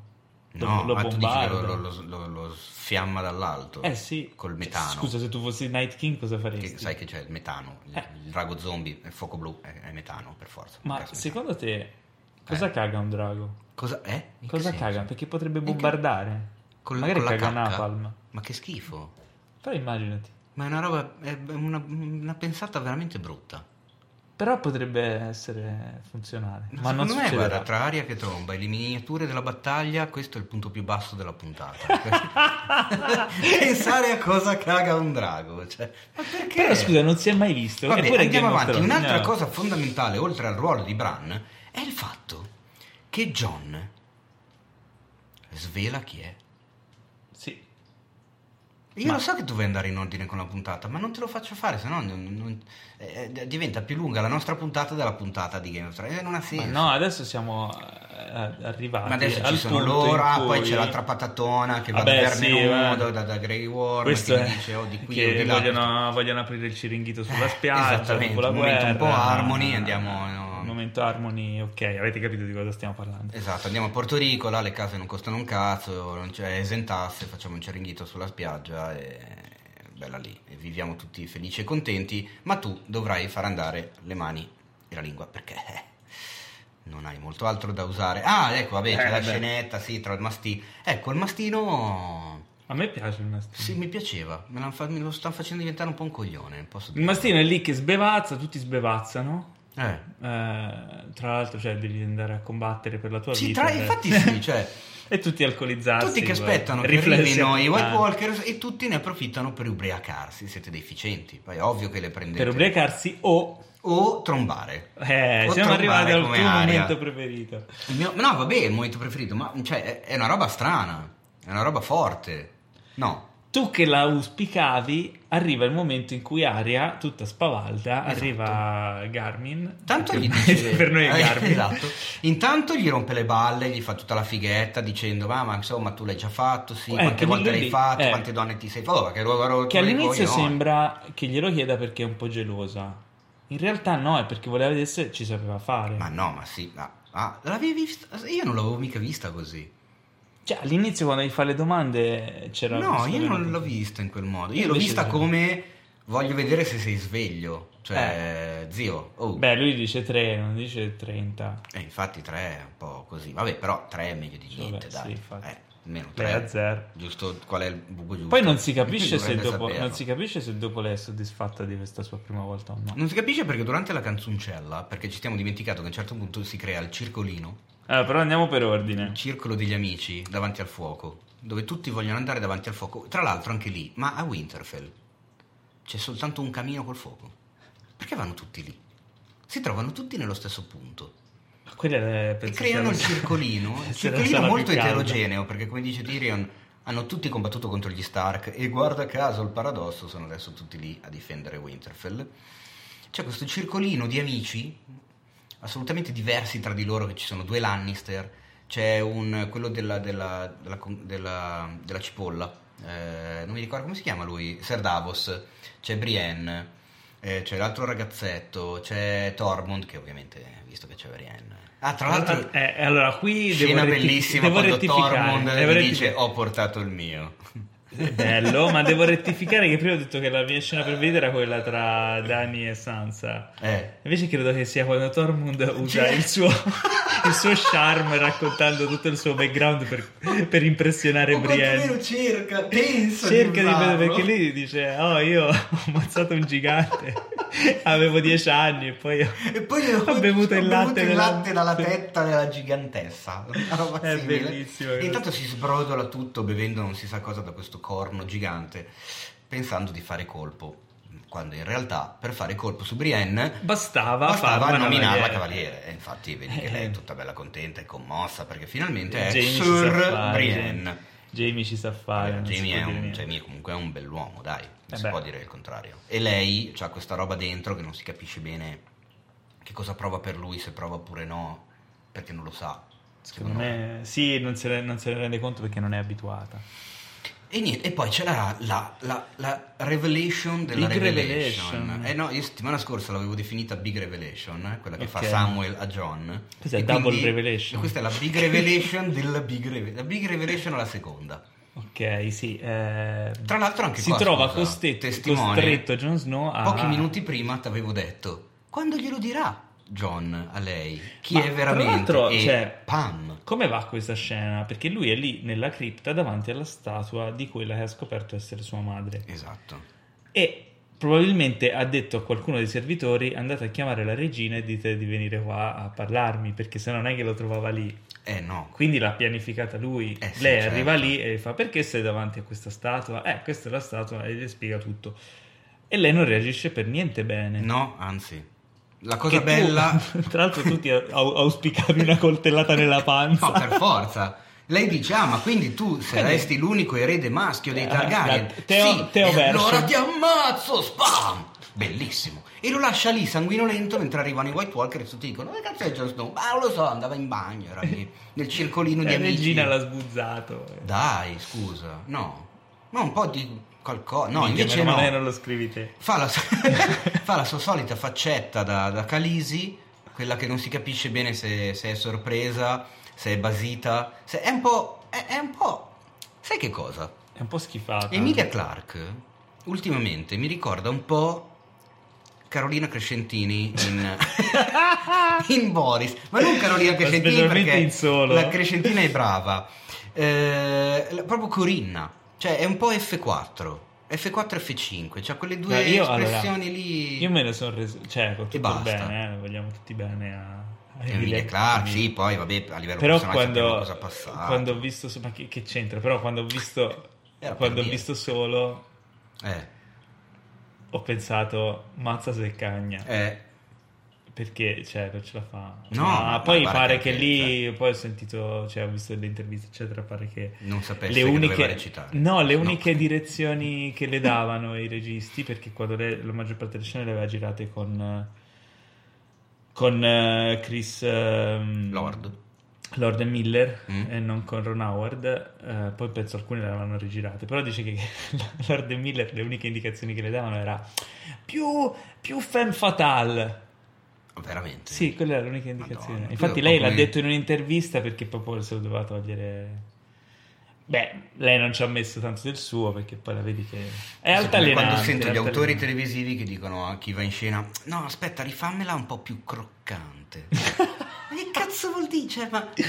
S1: Lo-
S2: no,
S1: lo
S2: ah, tu dici che lo,
S1: bombarda.
S2: lo- lo- lo sfiamma dall'alto.
S1: Eh sì.
S2: Col
S1: Cioè,
S2: metano.
S1: Scusa, se tu fossi Night King cosa faresti?
S2: Che sai che c'è il metano, il,
S1: Eh.
S2: il drago zombie, il fuoco blu, è, è metano per forza.
S1: Ma
S2: Gas metano.
S1: secondo te cosa
S2: Eh.
S1: caga un drago?
S2: Cosa è? In che
S1: Cosa
S2: senso?
S1: caga? Perché potrebbe
S2: In che-
S1: bombardare.
S2: Col-
S1: Magari
S2: con la
S1: caga
S2: cacca?
S1: napalm.
S2: Ma che schifo.
S1: Però immaginati.
S2: Ma è una roba, è una, una pensata veramente brutta.
S1: Però potrebbe essere funzionale. Ma non
S2: secondo me,
S1: succederà.
S2: guarda, tra aria che tromba e le miniature della battaglia, questo è il punto più basso della puntata. Pensare a cosa caga un drago. Cioè, ma perché?
S1: Però scusa, non si è mai visto.
S2: Vabbè,
S1: Eppure
S2: andiamo
S1: Game of
S2: avanti.
S1: Thrones, Eh.
S2: Un'altra
S1: no.
S2: cosa fondamentale, oltre al ruolo di Bran, è il fatto che John svela chi è.
S1: Sì.
S2: Io
S1: Ma-
S2: lo so che tu vuoi andare in ordine con la puntata, ma non te lo faccio fare, sennò non, non- eh, eh, diventa più lunga la nostra puntata della puntata di Game of Thrones. Eh, Non ha
S1: Ma
S2: senso.
S1: no, adesso siamo eh, arrivati.
S2: Ma adesso
S1: al
S2: ci sono
S1: punto
S2: loro,
S1: in
S2: ah,
S1: cui-
S2: poi c'è l'altra patatona che va
S1: Vabbè,
S2: da
S1: sì,
S2: Vermenudo,
S1: va.
S2: da, da Grey Worm,
S1: Questo
S2: che
S1: è
S2: dice oh, di qui o
S1: che
S2: di là.
S1: vogliono, vogliono aprire il ciringhito sulla
S2: Eh,
S1: spiaggia
S2: esattamente,
S1: dopo la
S2: un momento
S1: guerra.
S2: un po' Harmony, andiamo, no.
S1: Un momento Harmony, ok, avete capito di cosa stiamo parlando.
S2: Esatto, andiamo a Porto Rico, là le case non costano un cazzo, non c'è esentasse, facciamo un ceringhito sulla spiaggia e bella lì, e viviamo tutti felici e contenti, ma tu dovrai far andare le mani e la lingua perché eh, non hai molto altro da usare. Ah, ecco, vabbè, c'è
S1: Eh,
S2: la
S1: vabbè.
S2: scenetta, sì, tra il mastino. Ecco, il mastino
S1: A me piace il mastino.
S2: sì, mi piaceva, me, l'han fa- me lo stanno facendo diventare un po' un coglione, posso
S1: Il
S2: dire.
S1: mastino è lì che sbevazza, tutti sbevazzano.
S2: Eh.
S1: Eh, tra l'altro, cioè, devi andare a combattere per la tua
S2: Sì,
S1: vita.
S2: tra-
S1: eh.
S2: infatti sì, cioè
S1: e tutti alcolizzati.
S2: Tutti che
S1: guarda.
S2: aspettano che
S1: eh. Riflessi
S2: arrivino i White
S1: importanti.
S2: Walkers e tutti ne approfittano per ubriacarsi, siete deficienti, poi è ovvio che le prendete.
S1: Per ubriacarsi o...
S2: O trombare.
S1: Eh,
S2: O
S1: siamo arrivati
S2: trombare
S1: al
S2: come
S1: tuo
S2: aria.
S1: momento preferito.
S2: Il mio- no, vabbè, è il momento preferito, ma cioè, è, è una roba strana, è una roba forte. No,
S1: Tu che la auspicavi, arriva il momento in cui Aria, tutta spavalda,
S2: Esatto.
S1: arriva Garmin.
S2: Tanto
S1: che
S2: gli dice
S1: per noi è
S2: Eh,
S1: Garmin.
S2: esatto. Intanto gli rompe le balle, gli fa tutta la fighetta dicendo "Ma, ma insomma, tu l'hai già fatto, sì,
S1: Eh,
S2: quante
S1: che
S2: volte
S1: quello
S2: l'hai
S1: lì,
S2: fatto,
S1: eh.
S2: quante donne ti sei fatto?" Oh, che, ro- ro-
S1: Che
S2: ro-
S1: all'inizio
S2: io no.
S1: sembra che glielo chieda perché è un po' gelosa. In realtà no, è perché voleva vedere se ci sapeva fare.
S2: Ma no, ma sì, ma ah, l'avevi vista? Io non l'avevo mica vista così.
S1: Cioè, all'inizio quando gli fa le domande c'era...
S2: no,
S1: questa
S2: io non
S1: domanda.
S2: l'ho vista in quel modo. Io
S1: Io
S2: l'ho
S1: invece
S2: vista
S1: sì.
S2: come voglio vedere se sei sveglio, cioè zio. Oh.
S1: Eh. Beh, lui dice 3, non dice 30.
S2: Eh, infatti tre è un po' così. Vabbè, però tre è meglio di niente,
S1: Vabbè, sì,
S2: dai.
S1: infatti.
S2: eh, meno
S1: 3
S2: tre.
S1: a 0.
S2: Giusto qual è il buco giusto?
S1: Poi non si, capisce se
S2: Dovrebbe
S1: dopo,
S2: saperlo.
S1: non si capisce se dopo lei è soddisfatta di questa sua prima volta o no.
S2: Non si capisce perché durante la canzoncella, perché ci stiamo dimenticato che a un certo punto si crea il circolino,
S1: Allora, però andiamo per ordine.
S2: il circolo degli amici davanti al fuoco, dove tutti vogliono andare davanti al fuoco. Tra l'altro anche lì, ma a Winterfell c'è soltanto un camino col fuoco. Perché vanno tutti lì? Si trovano tutti nello stesso punto
S1: Ma quella è,
S2: e
S1: penso sia
S2: creano
S1: la-
S2: il circolino, il
S1: sia la
S2: circolino
S1: sala
S2: molto
S1: più calda.
S2: eterogeneo, perché come dice Tyrion hanno tutti combattuto contro gli Stark e guarda caso il paradosso sono adesso tutti lì a difendere Winterfell. C'è questo circolino di amici assolutamente diversi tra di loro, che ci sono due Lannister, c'è un, quello della, della, della, della- della cipolla, eh, non mi ricordo come si chiama lui, Ser Davos, c'è Brienne, eh, c'è l'altro ragazzetto, c'è Tormund, che ovviamente, visto che c'è Brienne... Ah, tra l'altro...
S1: Eh, eh, allora qui devo,
S2: Scena
S1: retti-
S2: bellissima
S1: devo
S2: quando
S1: rettificare.
S2: Tormund
S1: devo
S2: gli
S1: retti-
S2: dice ho portato il mio.
S1: È bello, ma devo rettificare che prima ho detto che la mia scena preferita era quella tra Dani e Sansa.
S2: Eh.
S1: Invece credo che sia quando Tormund usa
S2: Sì.
S1: il suo, il suo charme raccontando tutto il suo background per, per impressionare Brienne.
S2: cerca, pensa
S1: Cerca di vedere perché lì dice: Oh, io ho ammazzato un gigante. Avevo 10 anni e poi ho,
S2: E poi
S1: ho bevuto il latte, della-
S2: dalla tetta della gigantessa. Una roba
S1: È
S2: simile.
S1: bellissimo.
S2: E intanto si sbrodola tutto bevendo non si sa cosa da questo corno gigante, pensando di fare colpo. Quando in realtà per fare colpo su Brienne
S1: Bastava,
S2: bastava
S1: farla
S2: nominarla
S1: cavaliere.
S2: cavaliere. E eh, infatti vedi che lei è tutta bella contenta e commossa perché finalmente è
S1: Eh. Jamie ci sa
S2: Sir
S1: fare,
S2: Brienne. Eh,
S1: Jamie ci sa fare. non si può
S2: Jamie, è
S1: dire
S2: un,
S1: niente.
S2: Jamie comunque è un bell'uomo, dai, non
S1: Eh
S2: si
S1: beh.
S2: può dire il contrario. E lei ha questa roba dentro che non si capisce bene che cosa prova per lui, se prova oppure no, perché non lo sa.
S1: Secondo me, sì, non se, ne, non se ne rende conto perché non è abituata.
S2: E, niente, e poi c'è la, la- la- la revelation della
S1: Big
S2: revelation.
S1: revelation.
S2: Eh no, io settimana scorsa l'avevo definita Big Revelation, eh, quella che
S1: Ok.
S2: fa Samuel a John.
S1: Questa è
S2: E
S1: double
S2: quindi-
S1: revelation.
S2: Questa è la Big Revelation della Big Revelation. La Big Revelation alla seconda.
S1: Ok, sì. eh,
S2: Tra l'altro anche
S1: si
S2: qua,
S1: trova
S2: scusa,
S1: costet-
S2: testimone.
S1: costretto Jon Snow a...
S2: Pochi minuti prima ti avevo detto, quando glielo dirà John a lei? Chi
S1: Ma,
S2: è
S1: tra
S2: veramente?
S1: l'altro,
S2: e
S1: cioè,
S2: Pam.
S1: Come va questa scena? Perché lui è lì nella cripta davanti alla statua di quella che ha scoperto essere sua madre.
S2: Esatto.
S1: E probabilmente ha detto a qualcuno dei servitori andate a chiamare la regina e dite di venire qua a parlarmi perché se non è che lo trovava lì.
S2: Eh no.
S1: Quindi l'ha pianificata lui.
S2: Eh sì,
S1: Lei
S2: certo.
S1: arriva lì e fa perché sei davanti a questa statua? Eh, questa è la statua e gli spiega tutto. E lei non reagisce per niente bene.
S2: No, anzi. La
S1: Eh. Che
S2: cosa
S1: tu-
S2: bella...
S1: tra l'altro tu ti au- auspicavi una coltellata nella panza.
S2: No, per forza. Lei dice, ah, ma quindi tu saresti l'unico erede maschio dei
S1: Eh,
S2: Targaryen.
S1: la- Teo-
S2: sì,
S1: Teo
S2: e allora
S1: version.
S2: ti ammazzo, spam! Bellissimo. E lo lascia lì, sanguinolento, mentre arrivano i White Walker e tutti dicono, che cazzo è Jon Snow? Ma non lo so, andava in bagno, era lì, nel circolino di
S1: La
S2: amici.
S1: Eh, regina l'ha sbuzzato.
S2: Dai, scusa, no. Ma un po' di qualcosa. No,
S1: Minchia,
S2: invece
S1: meno male
S2: no.
S1: non lo scrivi te.
S2: Fa la, sua- fa la sua solita faccetta da, da Calisi, quella che non si capisce bene se, se è sorpresa, se è basita. Se è un po'. È, è un po'. Sai che cosa?
S1: È un po' schifata.
S2: Emilia Clark ultimamente mi ricorda un po'. Carolina Crescentini in, in Boris, ma non Carolina
S1: Ma
S2: Crescentini
S1: specialmente
S2: perché
S1: in solo.
S2: la Crescentina è brava, Eh, la- proprio Corinna, cioè è un po' F4, F4 F5, cioè quelle due
S1: No, io, allora,
S2: espressioni lì.
S1: Io me ne sono reso... Cioè, con
S2: E
S1: tutto il
S2: basta.
S1: bene, eh, vogliamo tutti bene a... a
S2: Emilia Clark, sì, poi vabbè a livello
S1: Eh, però
S2: personale sappiamo
S1: quando,
S2: cosa passava.
S1: quando ho visto so- ma che, che c'entra però quando ho visto
S2: Era per
S1: quando ho
S2: dire.
S1: visto solo
S2: Eh,
S1: ho pensato mazza se cagna
S2: eh,
S1: Perché, cioè, non ce la fa.
S2: No,
S1: Ma
S2: ma
S1: poi
S2: guarda
S1: pare
S2: che
S1: che lì, poi ho sentito, cioè, ho visto delle interviste, eccetera, pare che
S2: Non sapesse
S1: le
S2: che
S1: uniche,
S2: doveva recitare.
S1: no, le uniche
S2: No.
S1: direzioni che le davano i registi, perché quando le- la maggior parte delle scene le aveva girate con, eh, con eh, Chris ehm,
S2: Lord.
S1: Lord e Miller
S2: Mm.
S1: e non con Ron Howard, eh, poi penso alcune le avevano rigirate, però dice che Lord e Miller le uniche indicazioni che le davano era più, più femme fatale.
S2: Veramente.
S1: Sì, quella era l'unica indicazione.
S2: Madonna.
S1: Infatti
S2: Quello è
S1: lei
S2: un po'
S1: l'ha
S2: come-
S1: detto in un'intervista perché proprio se lo doveva togliere... Beh, lei non ci ha messo tanto del suo perché poi la vedi che è
S2: Sì, come
S1: altalenante.
S2: Quando sento gli
S1: altalenante.
S2: autori televisivi che dicono a chi va in scena: No, aspetta, rifammela un po' più croccante. Ma che cazzo vuol dire? Cioè, ma che,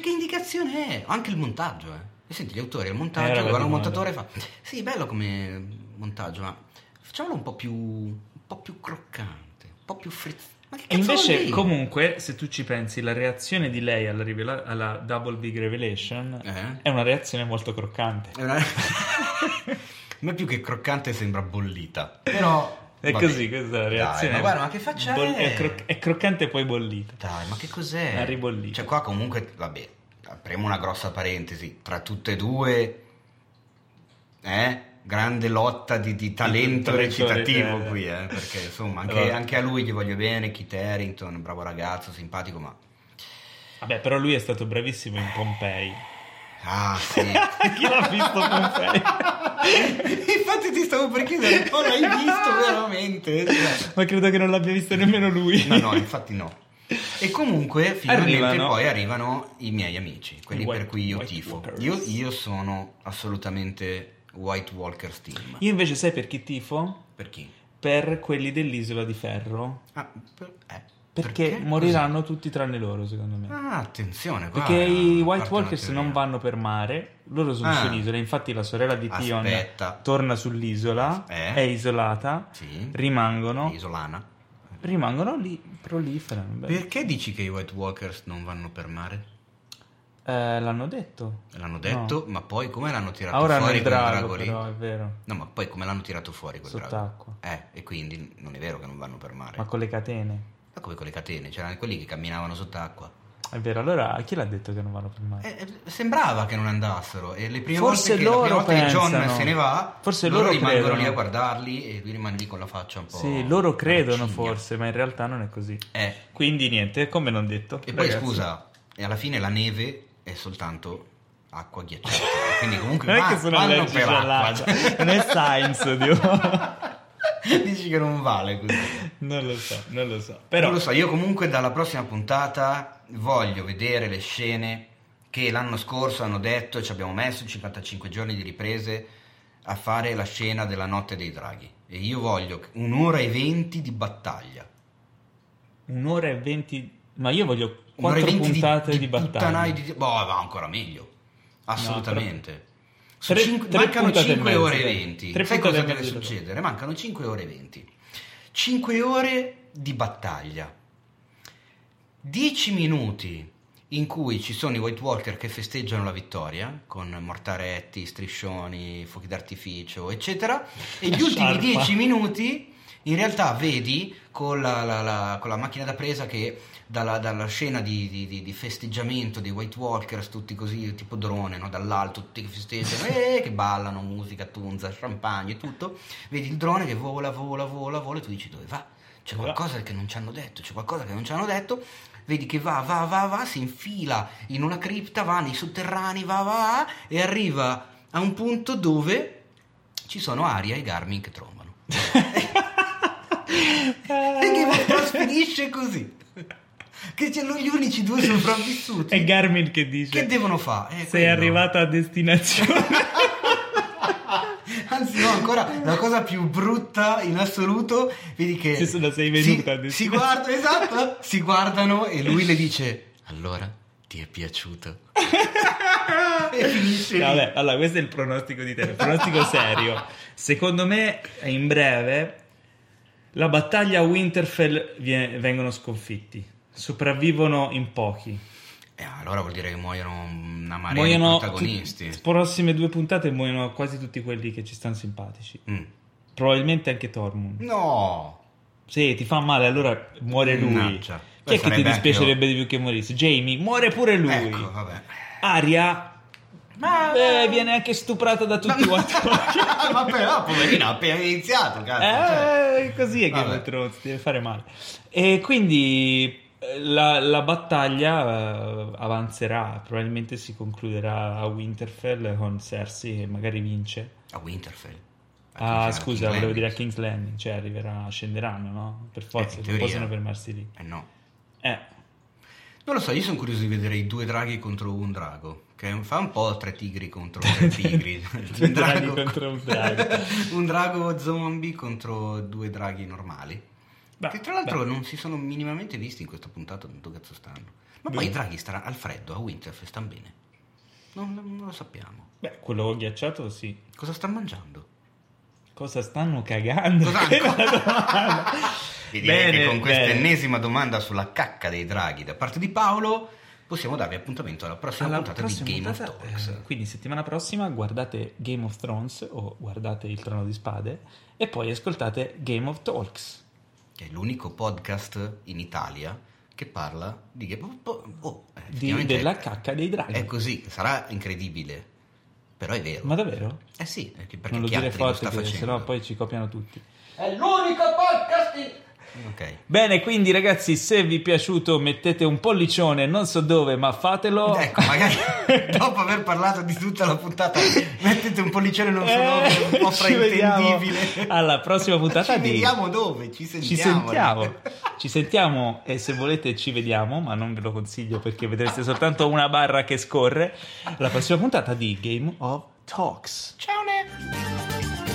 S2: che indicazione è? Anche il montaggio, eh. E senti gli autori, il
S1: Eh,
S2: montaggio,
S1: roba
S2: guarda un
S1: di moda.
S2: montatore e fa: Sì, bello come montaggio, ma facciamolo un po' più, un po' più croccante, un po' più frizz. Ma che
S1: E
S2: cazzo vuol
S1: invece
S2: dire?
S1: comunque, se tu ci pensi, la reazione di lei alla, rivela- alla Double Big Revelation
S2: Eh?
S1: è una reazione molto croccante.
S2: È una- Eh. A me più che croccante sembra bollita, però.
S1: È
S2: vabbè.
S1: così, questa è la
S2: Dai,
S1: reazione.
S2: ma guarda, ma che faccia
S1: Boll-
S2: è?
S1: è, croc- è croccante e poi bollita.
S2: Dai, ma che cos'è?
S1: La ribollita.
S2: Cioè, qua comunque, vabbè, apriamo una grossa parentesi. Tra tutte e due, eh? Grande lotta di, di talento
S1: Di- di-
S2: recitativo
S1: eh.
S2: qui, eh? Perché insomma, anche,
S1: Allora.
S2: anche a lui gli voglio bene. Kit Harington, bravo ragazzo, simpatico, ma.
S1: Vabbè, però lui è stato bravissimo in Pompei.
S2: Ah, sì.
S1: Chi l'ha visto Pompei?
S2: Infatti ti stavo per chiedere un po' l'hai visto veramente? Cioè,
S1: Ma credo che non l'abbia visto nemmeno lui.
S2: No, no, infatti no. E comunque finalmente
S1: Arrivano.
S2: poi arrivano i miei amici, quelli
S1: I White-
S2: per cui io
S1: White
S2: tifo.
S1: Walkers.
S2: Io, io sono assolutamente White Walkers team.
S1: Io invece sai per chi tifo?
S2: Per chi?
S1: Per quelli dell'isola di ferro.
S2: Ah, per- eh,
S1: Perché, moriranno tutti tranne loro, secondo me.
S2: Così. Ah, attenzione. qua
S1: Perché i White
S2: parte una
S1: Walkers
S2: teoria.
S1: non vanno per mare, loro sono
S2: eh. Ah.
S1: sull'isola. Infatti, la sorella di Tion
S2: Aspetta.
S1: torna sull'isola,
S2: Eh.
S1: è isolata,
S2: Sì.
S1: rimangono,
S2: Isolana.
S1: rimangono lì, proliferano. beh.
S2: Perché dici che i White Walkers non vanno per mare?
S1: Eh, l'hanno detto.
S2: L'hanno detto, ma poi come l'hanno tirato
S1: Ora hanno
S2: fuori
S1: il
S2: quel
S1: drago,
S2: lì?
S1: però, è vero,
S2: No, ma poi come l'hanno tirato fuori quel drago?
S1: sott'acqua,
S2: Eh, e quindi non è vero che non vanno per mare.
S1: ma con le catene.
S2: Ma come con le catene, c'erano quelli che camminavano sott'acqua.
S1: È vero, allora chi l'ha detto che non vanno per mare?
S2: Eh, eh, sembrava che non andassero e le prime
S1: Forse
S2: volte che, la prima
S1: loro
S2: volta che John
S1: pensano.
S2: se ne va,
S1: Forse
S2: loro,
S1: loro
S2: rimangono
S1: credono.
S2: lì a guardarli e lui rimane lì con la faccia un po'.
S1: Sì, loro credono
S2: arcigna.
S1: forse, ma in realtà non è così.
S2: Eh,
S1: Quindi niente, come non detto.
S2: e poi
S1: ragazzi.
S2: scusa, e alla fine la neve è soltanto acqua ghiacciata. Quindi comunque
S1: Non è
S2: va-
S1: che sono
S2: vanno
S1: allergici
S2: per
S1: all'acqua,
S2: acqua.
S1: non è science, Dio.
S2: Dici che non vale così.
S1: Non lo so, non lo so. Però
S2: Non lo so, io comunque dalla prossima puntata voglio vedere le scene che l'anno scorso hanno detto e ci abbiamo messo 55 giorni di riprese a fare la scena della notte dei draghi. E io voglio un'ora e venti di battaglia.
S1: un'ora e venti... Ma io voglio
S2: Un'ora e
S1: quattro
S2: venti
S1: puntate di,
S2: puttanai
S1: battaglia.
S2: di- boh, va ancora meglio. Assolutamente. Su
S1: tre-
S2: cinque-
S1: tre
S2: mancano
S1: puntate e
S2: 5
S1: mezzo,
S2: ore e
S1: dai.
S2: 20.
S1: Tre puntate
S2: Sai cosa
S1: e
S2: deve
S1: mezzo, dai.
S2: succedere? Mancano 5 ore e 20. 5 ore di battaglia. 10 minuti in cui ci sono i White Walker che festeggiano la vittoria con mortaretti, striscioni, fuochi d'artificio, eccetera. E gli
S1: La
S2: ultimi
S1: sciarpa.
S2: 10 minuti in realtà vedi con la, la- la- con la macchina da presa che dalla, dalla scena di, di- di- di festeggiamento dei White Walkers, tutti così, tipo drone, no? dall'alto, tutti che festeggiano, eh, che ballano, musica, tunza, champagne e tutto. Vedi il drone che vola, vola, vola, vola, e tu dici dove va? C'è
S1: Dove va?
S2: qualcosa che non ci hanno detto, c'è qualcosa che non ci hanno detto. Vedi che va, va, va, va, si infila in una cripta, va nei sotterranei, va, va, e arriva a un punto dove ci sono Aria e Garmin che trovano. E che trasferisce così. Che sono gli unici due sopravvissuti.
S1: E Garmin che dice...
S2: che devono fare? Eh,
S1: Sei
S2: quello.
S1: arrivata a destinazione.
S2: Anzi, no, ancora la cosa più brutta in assoluto. Vedi che.
S1: Sì, se la sei
S2: si-
S1: venuta
S2: Si,
S1: adesso.
S2: guardano, esatto. Si guardano e lui le dice: Allora, ti è piaciuto? e finisce. lì.
S1: Vabbè, allora, questo è il pronostico di te, il pronostico serio. Secondo me, in breve, la battaglia a Winterfell vie- vengono sconfitti. Sopravvivono in pochi.
S2: Eh, allora vuol dire che muoiono una marea
S1: Muoiono
S2: di protagonisti.
S1: tu- prossime due puntate muoiono quasi tutti quelli che ci stanno simpatici.
S2: Mm.
S1: Probabilmente anche Tormund.
S2: No.
S1: se ti fa male allora
S2: Mm,
S1: muore lui.
S2: Mannaggia.
S1: Chi è
S2: Questo
S1: che ti
S2: cioè, sarebbe
S1: dispiacerebbe di più che morisse? Jamie, muore pure lui.
S2: Ecco, vabbè.
S1: Aria
S2: Ma-
S1: eh, viene anche stuprata da tutti
S2: Ma-
S1: quanti.
S2: Ma però, poverino, ha appena iniziato, cazzo. cioè.
S1: Eh, così è Game
S2: Vabbè.
S1: of Thrones, ti deve fare male. E quindi eh, la, la battaglia eh, avanzerà, probabilmente si concluderà a Winterfell con Cersei che magari vince.
S2: A Winterfell. A
S1: Ah,
S2: King's- a
S1: scusa,
S2: King's
S1: volevo dire a
S2: Landing.
S1: King's Landing, cioè arriverà, scenderanno, no? Per
S2: Eh,
S1: forza,
S2: in
S1: non
S2: teoria.
S1: possono fermarsi lì.
S2: Eh no.
S1: Eh,
S2: Non lo so, io sono curioso di vedere i due draghi contro un drago. Che fa un po' tre tigri contro tre tigri.
S1: Due draghi contro un drago.
S2: un drago zombie contro due draghi normali.
S1: Beh,
S2: che tra l'altro
S1: beh.
S2: non si sono minimamente visti in questa puntata, tanto cazzo stanno. Ma
S1: Beh.
S2: poi i draghi stanno al freddo, a Winterfell, stanno bene. Non, non lo sappiamo.
S1: beh, quello ghiacciato sì.
S2: Cosa stanno mangiando?
S1: Cosa stanno cagando?
S2: Cosa-
S1: Che è la domanda.
S2: Vi direi
S1: Bene,
S2: che con questa
S1: bene.
S2: ennesima domanda sulla cacca dei draghi da parte di Paolo possiamo darvi appuntamento alla prossima
S1: Alla
S2: puntata
S1: prossima
S2: di Game
S1: puntata,
S2: of Talks.
S1: eh, quindi settimana prossima guardate Game of Thrones o guardate Il Trono di Spade e poi ascoltate Game of Talks.
S2: che è l'unico podcast in Italia che parla di che po- po- oh, eh,
S1: Di-
S2: effettivamente
S1: della
S2: è-
S1: cacca dei draghi.
S2: È così, sarà incredibile, però è vero.
S1: Ma davvero?
S2: Eh sì, è che- perché
S1: non lo
S2: chi
S1: dire
S2: altri lo
S1: forte
S2: sta
S1: che
S2: facendo.
S1: sennò poi ci copiano tutti.
S3: È l'unico podcast in...
S2: Ok.
S1: Bene, quindi ragazzi, se vi è piaciuto mettete un pollicione, non so dove, ma fatelo.
S2: Ecco, magari dopo aver parlato di tutta la puntata mettete un pollicione non sono
S1: Eh,
S2: un po'
S1: ci vediamo
S2: fraintendibile.
S1: alla prossima puntata
S2: Ci
S1: di-
S2: vediamo dove? Ci
S1: Ci
S2: sentiamo.
S1: sentiamo. Ci sentiamo e se volete ci vediamo, ma non ve lo consiglio perché vedrete soltanto una barra che scorre. La prossima puntata di Game of Talks.
S2: Ciao ne.